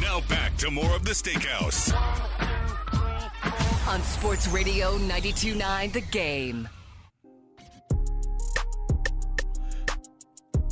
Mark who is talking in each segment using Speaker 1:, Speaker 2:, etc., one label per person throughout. Speaker 1: Now back to more of the Steakhouse.
Speaker 2: on Sports Radio 92.9 The Game.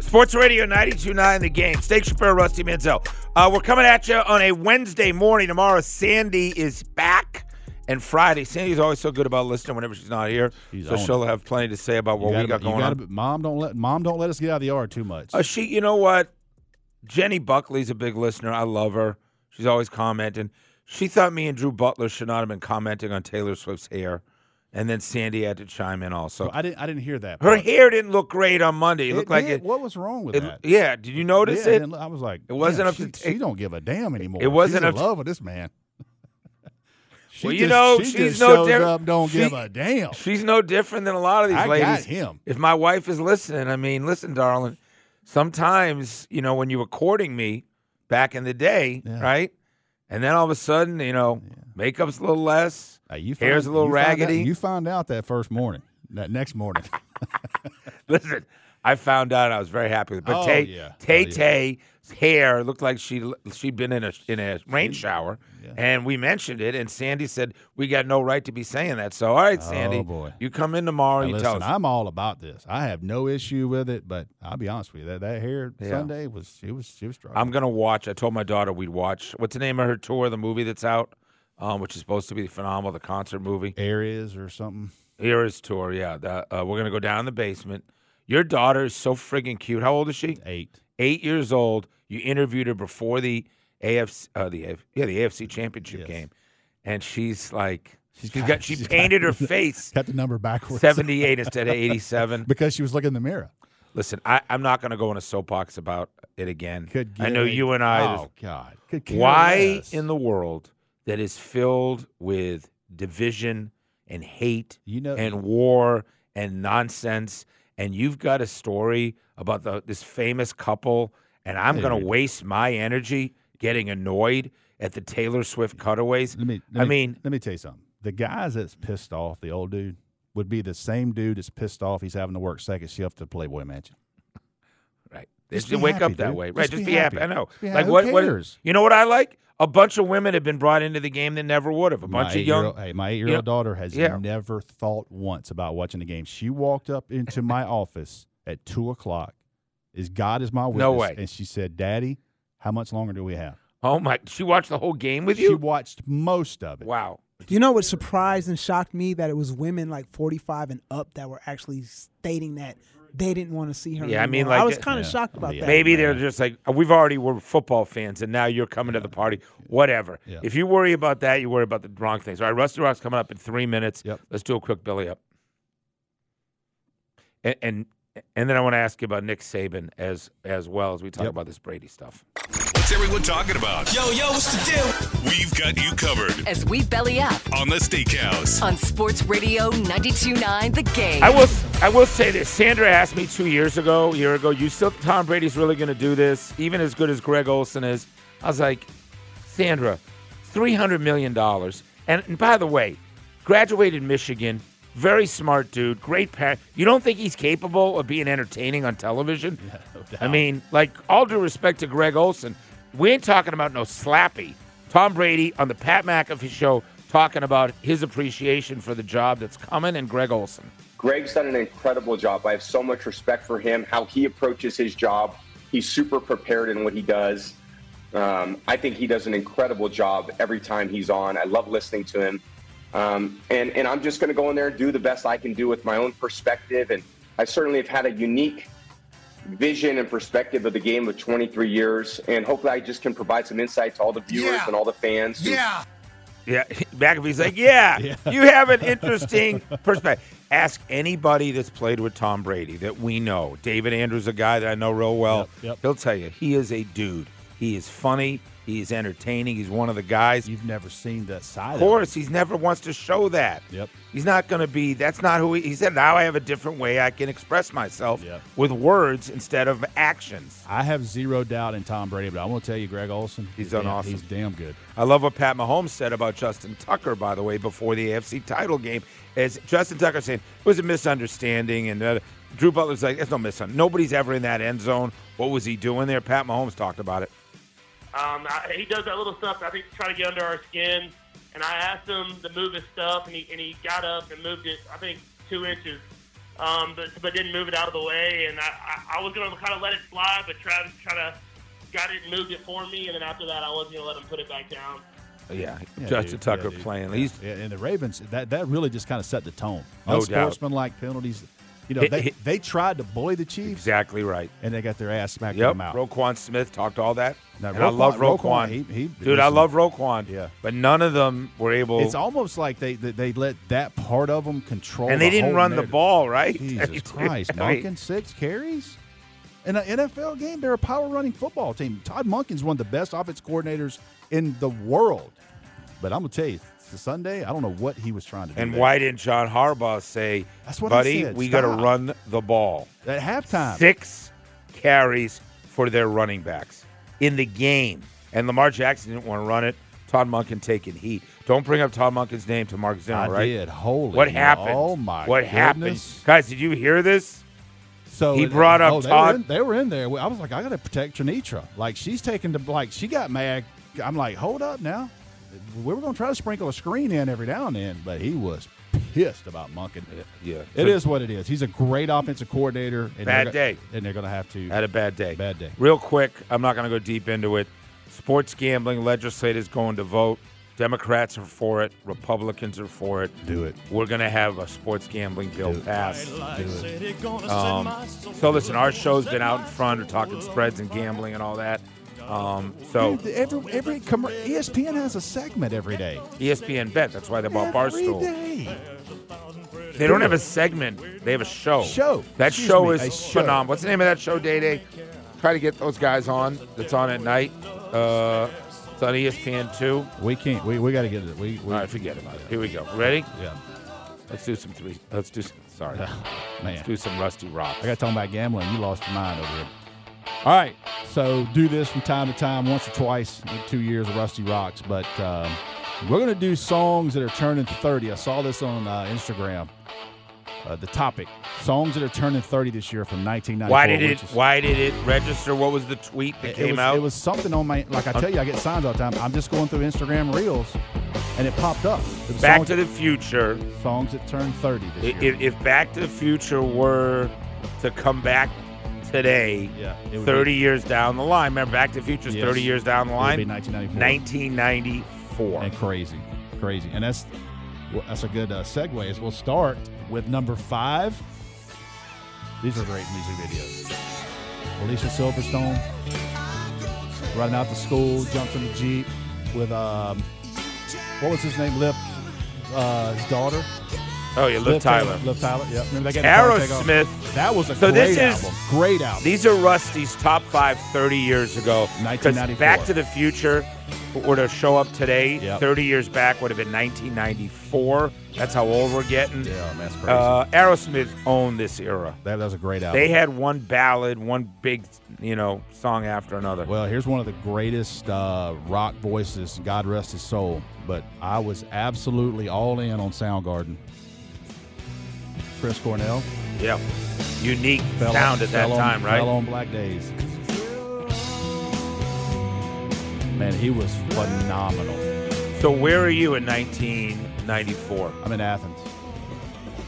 Speaker 3: Sports Radio 92.9 The Game. Steak Shapiro, Rusty Manzel. Uh, we're coming at you on a Wednesday morning. Tomorrow, Sandy is back. And Friday, Sandy's always so good about listening whenever she's not here.
Speaker 4: She's
Speaker 3: so
Speaker 4: on
Speaker 3: she'll have plenty to say about what
Speaker 4: You
Speaker 3: we got
Speaker 4: gotta- you
Speaker 3: going
Speaker 4: gotta
Speaker 3: on.
Speaker 4: be- Mom don't let mom don't let us get out of the yard too much.
Speaker 3: Uh, she, you know what? Jenny Buckley's a big listener. I love her. She's always commenting. She thought me and Drew Butler should not have been commenting on Taylor Swift's hair. And then Sandy had to chime in also.
Speaker 4: I didn't I didn't hear that.
Speaker 3: Her
Speaker 4: part.
Speaker 3: hair didn't look great on Monday. It,
Speaker 4: It
Speaker 3: looked like
Speaker 4: did.
Speaker 3: it.
Speaker 4: What was wrong with
Speaker 3: it-
Speaker 4: that?
Speaker 3: yeah. Did you notice
Speaker 4: Yeah,
Speaker 3: it?
Speaker 4: and I was like,
Speaker 3: It wasn't
Speaker 4: "Man,
Speaker 3: up
Speaker 4: she,
Speaker 3: to-
Speaker 4: She don't give a damn anymore.
Speaker 3: wasn't
Speaker 4: she's
Speaker 3: up
Speaker 4: in
Speaker 3: to-
Speaker 4: love with this man. she
Speaker 3: Well, you
Speaker 4: just-
Speaker 3: know,
Speaker 4: she
Speaker 3: she's
Speaker 4: just
Speaker 3: no
Speaker 4: shows
Speaker 3: different.
Speaker 4: up, don't
Speaker 3: She-
Speaker 4: give a damn.
Speaker 3: She's no different than a lot of these
Speaker 4: I
Speaker 3: ladies.
Speaker 4: got him.
Speaker 3: If my wife is listening, I mean, listen, darling, sometimes, you know, when you were courting me back in the day,
Speaker 4: Yeah.
Speaker 3: right? And then all of a sudden, you know, makeup's a little less.
Speaker 4: Uh, you
Speaker 3: Hair's a little
Speaker 4: you find out-
Speaker 3: raggedy.
Speaker 4: you find out that first morning, that next morning.
Speaker 3: Listen, I found out I was very happy with it. But
Speaker 4: Oh,
Speaker 3: Tay
Speaker 4: yeah.
Speaker 3: Tay
Speaker 4: Oh, yeah.
Speaker 3: Tay's hair looked like she she'd been in a in a rain shower.
Speaker 4: yeah.
Speaker 3: And we mentioned it and Sandy said we got no right to be saying that. So all right,
Speaker 4: Oh,
Speaker 3: Sandy.
Speaker 4: boy.
Speaker 3: You come in tomorrow,
Speaker 4: Now,
Speaker 3: you
Speaker 4: listen,
Speaker 3: tell us.
Speaker 4: I'm all about this. I have no issue with it, but I'll be honest with you that that hair
Speaker 3: Yeah.
Speaker 4: Sunday was she was she was struggling.
Speaker 3: I'm gonna watch. I told my daughter we'd watch. What's the name of her tour? The movie that's out, um, which is supposed to be phenomenal. The concert movie.
Speaker 4: areas or something.
Speaker 3: Era's tour. Yeah, the, uh, we're gonna go down in the basement. Your daughter is so friggin' cute. How old is she?
Speaker 4: Eight.
Speaker 3: Eight years old. You interviewed her before the AFC, uh, the AF, yeah, the AFC Championship
Speaker 4: Yes.
Speaker 3: game, and she's like, she's
Speaker 4: She's
Speaker 3: got,
Speaker 4: got-
Speaker 3: she
Speaker 4: she's got-
Speaker 3: painted her face
Speaker 4: Got the number backwards.
Speaker 3: 78 instead of 87.
Speaker 4: because she was looking in the mirror.
Speaker 3: Listen, I, I'm not gonna go on a soapbox about it again.
Speaker 4: Could
Speaker 3: I know
Speaker 4: give-
Speaker 3: you and I. there's
Speaker 4: Oh God! Could care
Speaker 3: Why
Speaker 4: less.
Speaker 3: in the world that is filled with division and hate
Speaker 4: you know
Speaker 3: and war and nonsense, and you've got a story about the, this famous couple, and I'm going to
Speaker 4: Dude.
Speaker 3: waste my energy getting annoyed at the Taylor Swift cutaways?
Speaker 4: Let me,
Speaker 3: I
Speaker 4: let me-
Speaker 3: mean-
Speaker 4: let me tell you something. The guys that's pissed off, the old dude, would be the same dude that's pissed off he's having to work second shift to Playboy Mansion.
Speaker 3: Right. Just,
Speaker 4: Just
Speaker 3: just
Speaker 4: be
Speaker 3: wake
Speaker 4: happy,
Speaker 3: up that
Speaker 4: dude.
Speaker 3: way. Right.
Speaker 4: Just
Speaker 3: Just
Speaker 4: be
Speaker 3: be happy.
Speaker 4: happy.
Speaker 3: I know.
Speaker 4: Just be
Speaker 3: Like
Speaker 4: happy. Who
Speaker 3: what?
Speaker 4: cares?
Speaker 3: What? You know what I like? A bunch of women have been brought into the game that never would have. A bunch
Speaker 4: my
Speaker 3: of young.
Speaker 4: eight-year-old- Hey, my eight-year-old
Speaker 3: know-
Speaker 4: daughter has
Speaker 3: Yeah.
Speaker 4: never thought once about watching the game. She walked up into my office at two o'clock. Is God is my witness?
Speaker 3: No way.
Speaker 4: And she said, "Daddy, how much longer do we have?"
Speaker 3: Oh my! She watched the whole game with
Speaker 4: She
Speaker 3: you.
Speaker 4: watched most of it.
Speaker 3: wow.
Speaker 5: You know what surprised and shocked me that it was women like 45 and up that were actually stating that they didn't want to see her.
Speaker 3: Yeah, I mean,
Speaker 5: anymore.
Speaker 3: like-
Speaker 5: I was kind of
Speaker 4: Yeah.
Speaker 5: shocked about
Speaker 4: Yeah.
Speaker 5: that.
Speaker 3: Maybe they're
Speaker 4: Yeah.
Speaker 3: just like "Uh, we've already were football fans, and now you're coming to the party. Whatever.
Speaker 4: Yeah.
Speaker 3: If you worry about that, you worry about the wrong things. All right, Rusty Rock's coming up in three minutes.
Speaker 4: Yep.
Speaker 3: Let's do a quick Billy up, and and, and then I want to ask you about Nick Saban as as well as we talk
Speaker 4: Yep.
Speaker 3: about this Brady stuff.
Speaker 1: What's everyone talking about? Yo, yo, what's the deal? We've got you covered
Speaker 2: As we belly up
Speaker 1: on the Steakhouse.
Speaker 2: on Sports Radio 92.9 The Game.
Speaker 3: I will I will say this. Sandra asked me two years ago, a year ago, you still Tom Brady's really gonna do this, even as good as Greg Olson is. I was like, Sandra, three hundred million dollars. And, and by the way, graduated Michigan, very smart dude, great parent. You don't think he's capable of being entertaining on television? I mean, like all due respect to Greg Olson, we ain't talking about no slappy. Tom Brady on the Pat McAfee show talking about his appreciation for the job that's coming and Greg Olson.
Speaker 6: Greg's done an incredible job. I have so much respect for him, how he approaches his job. He's super prepared in what he does. Um, I think he does an incredible job every time he's on. I love listening to him. Um, and, and I'm just going to go in there and do the best I can do with my own perspective. And I certainly have had a unique vision and perspective of the game of 23 years. And hopefully, I just can provide some insight to all the viewers and all the fans who
Speaker 3: Yeah, McAfee's like, yeah, you have an interesting perspective. Ask anybody that's played with Tom Brady that we know. David Andrews, a guy that I know real well,
Speaker 4: Yep, yep.
Speaker 3: he'll tell you he is a dude. He is funny. He is entertaining. He's one of the guys.
Speaker 4: You've never seen that side.
Speaker 3: Of course, he's never wants to show that.
Speaker 4: Yep.
Speaker 3: He's not going to be. That's not who he. He said, now I have a different way I can express myself
Speaker 4: Yep.
Speaker 3: with words instead of actions.
Speaker 4: I have zero doubt in Tom Brady, but I want to tell you, Greg Olson,
Speaker 3: He's done
Speaker 4: damn,
Speaker 3: awesome.
Speaker 4: He's damn good.
Speaker 3: I love what Pat Mahomes said about Justin Tucker, by the way, before the AFC title game. As Justin Tucker saying, it was a misunderstanding, and uh, Drew Butler's like, "It's no misunderstanding. Nobody's ever in that end zone. What was he doing there?" Pat Mahomes talked about it.
Speaker 7: Um, I, he does that little stuff. I think to try to get under our skin. And I asked him to move his stuff, and he and he got up and moved it. I think two inches, um, but but didn't move it out of the way. And I, I, I was gonna kind of let it slide, but Travis kind of got it and moved it for me. And then after that, I wasn't gonna let him put it back down.
Speaker 3: Yeah,
Speaker 4: Yeah,
Speaker 3: Justin
Speaker 4: dude.
Speaker 3: Tucker
Speaker 4: Yeah, dude.
Speaker 3: playing.
Speaker 4: Yeah.
Speaker 3: He's
Speaker 4: Yeah, and the Ravens that that really just kind of set the tone.
Speaker 3: No doubt.
Speaker 4: Unsportsmanlike penalties. You know,
Speaker 3: Hit-
Speaker 4: they,
Speaker 3: hit-
Speaker 4: they tried to bully the Chiefs
Speaker 3: exactly right.
Speaker 4: and they got their ass smacked
Speaker 3: Yep,
Speaker 4: them out.
Speaker 3: Roquan Smith talked all that.
Speaker 4: Now,
Speaker 3: and I
Speaker 4: Roquan-
Speaker 3: love
Speaker 4: Roquan,
Speaker 3: Roquan.
Speaker 4: he- he-
Speaker 3: Dude, I
Speaker 4: listen.
Speaker 3: love Roquan.
Speaker 4: Yeah.
Speaker 3: But none of them were able.
Speaker 4: It's almost like they, they they let that part of them control.
Speaker 3: and they
Speaker 4: the
Speaker 3: didn't
Speaker 4: whole
Speaker 3: run the
Speaker 4: narrative.
Speaker 3: ball, right? I mean,
Speaker 4: Jesus Christ,
Speaker 3: I mean,
Speaker 4: Munkin six carries in an NFL game. They're a power running football team. Todd Munkin's one of the best offense coordinators in the world. But I'm gonna tell you, it's a Sunday. I don't know what he was trying to do.
Speaker 3: And
Speaker 4: there.
Speaker 3: why didn't John Harbaugh say,
Speaker 4: That's what I
Speaker 3: buddy,
Speaker 4: said,
Speaker 3: we got to
Speaker 4: stop."
Speaker 3: run the ball?
Speaker 4: at halftime?
Speaker 3: Six carries for their running backs in the game. And Lamar Jackson didn't want to run it. Todd Munkin taking heat. Don't bring up Todd Munkin's name to Mark Zimmer,
Speaker 4: I
Speaker 3: right?
Speaker 4: did. Holy,
Speaker 3: What happened?
Speaker 4: Oh my!
Speaker 3: What happened?
Speaker 4: goodness.
Speaker 3: Guys, did you hear this?
Speaker 4: So
Speaker 3: He brought up
Speaker 4: oh, they
Speaker 3: Todd-
Speaker 4: Were in, they were in there. I was like, I got to protect Janitra. Like she's taking the like she got mad. I'm like, hold up now. We were going to try to sprinkle a screen in every now and then, but he was pissed about Munkin.
Speaker 3: yeah.
Speaker 4: it is what it is. He's a great offensive coordinator. And they're
Speaker 3: Bad
Speaker 4: go-
Speaker 3: day.
Speaker 4: and they're going to have to.
Speaker 3: Had a bad day.
Speaker 4: Bad day.
Speaker 3: Real quick, I'm not going to go deep into it. Sports gambling legislators going to vote. Democrats are for it. Republicans are for it.
Speaker 4: Do it.
Speaker 3: We're going to have a sports gambling bill
Speaker 4: Do it.
Speaker 3: passed.
Speaker 4: do it.
Speaker 3: Um, so listen, our show's been out in front of talking spreads and gambling and all that. Um, so
Speaker 4: Dude, every every commer E ESPN has a segment every day.
Speaker 3: ESPN bet. That's why they bought
Speaker 4: Every
Speaker 3: Barstool.
Speaker 4: day.
Speaker 3: They don't have a segment. They have a show.
Speaker 4: Show.
Speaker 3: That
Speaker 4: Excuse
Speaker 3: show
Speaker 4: me,
Speaker 3: is
Speaker 4: a show.
Speaker 3: phenomenal. What's the name of that show, Day Day? Try to get those guys on. That's on at night. Uh, it's on ESPN two.
Speaker 4: We can't. We, we got to get it. We, we
Speaker 3: All right, forget about it. Here we go. Ready?
Speaker 4: Yeah,
Speaker 3: Let's do some three. Let's do. Some, sorry.
Speaker 4: Oh, man.
Speaker 3: Let's do some Rusty Rock.
Speaker 4: I got talking about gambling. You lost your mind over it. All right. So do this from time to time, once or twice in two years of Rusty Rocks. But um, we're going to do songs that are turning 30. I saw this on uh, Instagram. Uh, the topic songs that are turning 30 this year from 1994.
Speaker 3: Why did it?
Speaker 4: which is-
Speaker 3: Why did it register? What was the tweet that
Speaker 4: it, it
Speaker 3: came
Speaker 4: was,
Speaker 3: out?
Speaker 4: It was something on my, like I tell you, I get signs all the time. I'm just going through Instagram reels and it popped up. It was
Speaker 3: Back
Speaker 4: songs,
Speaker 3: to the Future.
Speaker 4: songs that turned 30 this
Speaker 3: I-
Speaker 4: year.
Speaker 3: If, if Back to the Future were to come back today,
Speaker 4: Yeah, it would
Speaker 3: 30 years down the line. Remember, Back to the Future's
Speaker 4: Yes.
Speaker 3: 30 years down the
Speaker 4: It would
Speaker 3: line.
Speaker 4: be 1994.
Speaker 3: 1994.
Speaker 4: and crazy, crazy. And that's well, that's a good uh, segue. Is we'll start with number five. These are great music videos. Alicia Silverstone running out to school, jumps in the jeep with um, what was his name? Lip, uh, his daughter.
Speaker 3: oh yeah, Liv Tyler.
Speaker 4: Lip Tyler. Yeah. Remember they got in the car to take off?
Speaker 3: Aerosmith.
Speaker 4: That was a
Speaker 3: So
Speaker 4: great
Speaker 3: this is-
Speaker 4: album. Great album.
Speaker 3: These are Rusty's top five 30 years ago. 'Cause
Speaker 4: 1994.
Speaker 3: Back to the Future were to show up today,
Speaker 4: Yep.
Speaker 3: 30 years back would have been 1994. That's how old we're getting.
Speaker 4: yeah, man, that's crazy.
Speaker 3: Uh, Aerosmith owned this era.
Speaker 4: that, that was a great album.
Speaker 3: They had one ballad, one big, you know, song after another.
Speaker 4: Well, here's one of the greatest uh, rock voices, God rest his soul. But I was absolutely all in on Soundgarden. Chris Cornell.
Speaker 3: yeah, unique
Speaker 4: fell on-
Speaker 3: sound at that
Speaker 4: fell on-
Speaker 3: time, right?
Speaker 4: Fell on Black Days. Man, he was phenomenal.
Speaker 3: So where are you in 1994?
Speaker 4: I'm in Athens.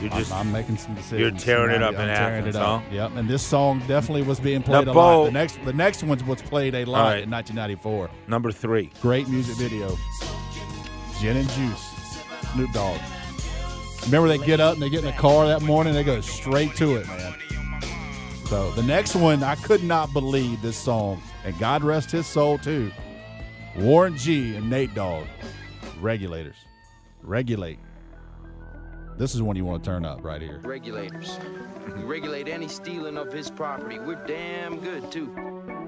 Speaker 3: You're
Speaker 4: I'm-
Speaker 3: just
Speaker 4: I'm, making some decisions.
Speaker 3: tearing it up
Speaker 4: I'm
Speaker 3: in
Speaker 4: tearing
Speaker 3: Athens,
Speaker 4: it up.
Speaker 3: huh?
Speaker 4: Yep. And this song definitely was being played a
Speaker 3: Bo-
Speaker 4: lot. The next, the next one was played a lot
Speaker 3: right.
Speaker 4: in 1994.
Speaker 3: number three.
Speaker 4: Great music video. Gin and Juice. Snoop Dogg. Remember they get up and they get in the car that morning. They go straight to it, man. So the next one, I could not believe this song, and God rest his soul too. Warren G and Nate Dogg, Regulators, Regulate. This is one you want to turn up right here.
Speaker 8: regulators. We regulate any stealing of his property. We're damn good too.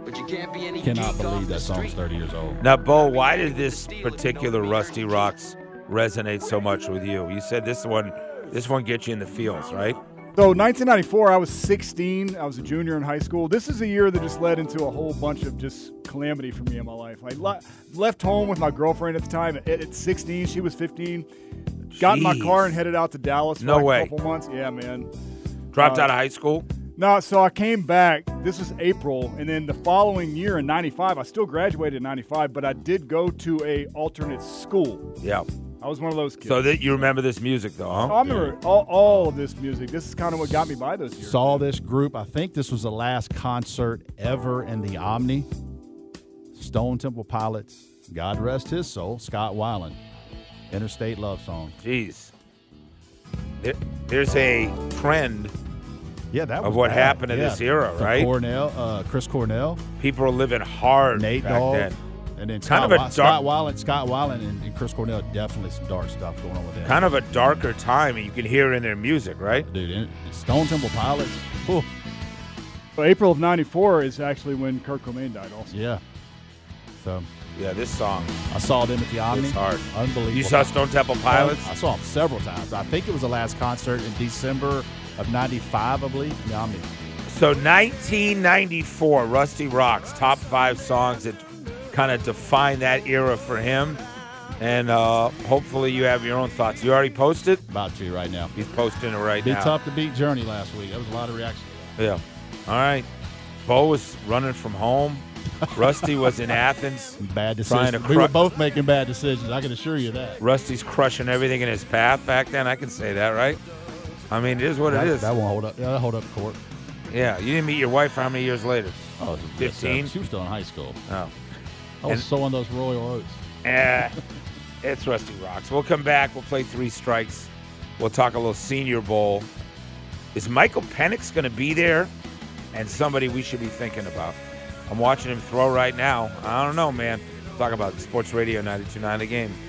Speaker 8: But you can't be any
Speaker 4: Cannot
Speaker 8: geek off
Speaker 4: believe
Speaker 8: the
Speaker 4: that song's
Speaker 8: street.
Speaker 4: 30 years old.
Speaker 3: Now, Bo, why did this particular Rusty Rocks resonate so much with you? You said this one, this one gets you in the feels, right?
Speaker 9: So 1994, I was 16. I was a junior in high school. This is a year that just led into a whole bunch of just calamity for me in my life. I le- left home with my girlfriend at the time at, at 16. She was 15. Got in my
Speaker 3: Jeez.
Speaker 9: car and headed out to Dallas for
Speaker 3: No
Speaker 9: like
Speaker 3: way.
Speaker 9: a couple months. Yeah, man.
Speaker 3: Dropped
Speaker 9: Uh,
Speaker 3: out of high school.
Speaker 9: No, so I came back. This was April, and then the following year in '95, I still graduated in '95, but I did go to a alternate school.
Speaker 3: Yeah.
Speaker 9: I was one of those kids.
Speaker 3: So that you remember this music though, huh?
Speaker 9: I
Speaker 4: Um,
Speaker 9: remember all, all of this music. This is kind of what got me by those years.
Speaker 4: Saw this group. I think this was the last concert ever in the Omni. Stone Temple Pilots. God rest his soul. Scott Weiland. Interstate Love Song.
Speaker 3: Jeez. There- There's a trend.
Speaker 4: Yeah, that
Speaker 3: Of
Speaker 4: was
Speaker 3: what
Speaker 4: bad.
Speaker 3: happened in
Speaker 4: Yeah.
Speaker 3: this era,
Speaker 4: From
Speaker 3: right?
Speaker 4: Cornell, uh, Chris Cornell,
Speaker 3: People are living hard
Speaker 4: Nate
Speaker 3: back
Speaker 4: Dogg,
Speaker 3: then.
Speaker 4: and then
Speaker 3: Kind
Speaker 4: Scott,
Speaker 3: of a
Speaker 4: Wy-
Speaker 3: dark-
Speaker 4: Scott Weiland, Scott Weiland, and, and Chris Cornell. Definitely some dark stuff going on with them.
Speaker 3: Kind of a darker time, and you can hear it in their music, right?
Speaker 4: Dude, and Stone Temple Pilots. whew,
Speaker 9: But April of '94 is actually when Kurt Cobain died. Also,
Speaker 4: yeah. So
Speaker 3: Yeah, this song.
Speaker 4: I saw them at the Omni.
Speaker 3: It's hard. Oh,
Speaker 4: Unbelievable.
Speaker 3: You saw Stone Temple Pilots?
Speaker 4: I saw them several times. I think it was the last concert in December of '95, I believe. The Omni.
Speaker 3: So 1994, Rusty Rock's top five songs that kind of define that era for him. And uh, hopefully you have your own thoughts. You already posted?
Speaker 4: About to right now.
Speaker 3: He's posting it right
Speaker 4: Be
Speaker 3: now.
Speaker 4: tough to beat Journey last week. That was a lot of reaction.
Speaker 3: Yeah. All right. Bo was running from home. Rusty was in Athens.
Speaker 4: Bad
Speaker 3: Trying
Speaker 4: decisions.
Speaker 3: to
Speaker 4: we were
Speaker 3: cru-
Speaker 4: both making bad decisions. I can assure you that.
Speaker 3: Rusty's crushing everything in his path back then. I can say that, right? I mean, it is what
Speaker 4: that,
Speaker 3: it is.
Speaker 4: That won't hold up. Yeah, that'll hold up in court.
Speaker 3: Yeah. You didn't meet your wife for how many years later?
Speaker 4: Oh, it was a-
Speaker 3: 15?
Speaker 4: She was still in high school.
Speaker 3: Oh.
Speaker 4: I was
Speaker 3: And-
Speaker 4: sowing those royal oats.
Speaker 3: Eh, it's Rusty Rocks. We'll come back. We'll play three strikes. We'll talk a little Senior Bowl. Is Michael Penix going to be there? And somebody we should be thinking about. I'm watching him throw right now. I don't know, man. Talk about Sports Radio 929 the game.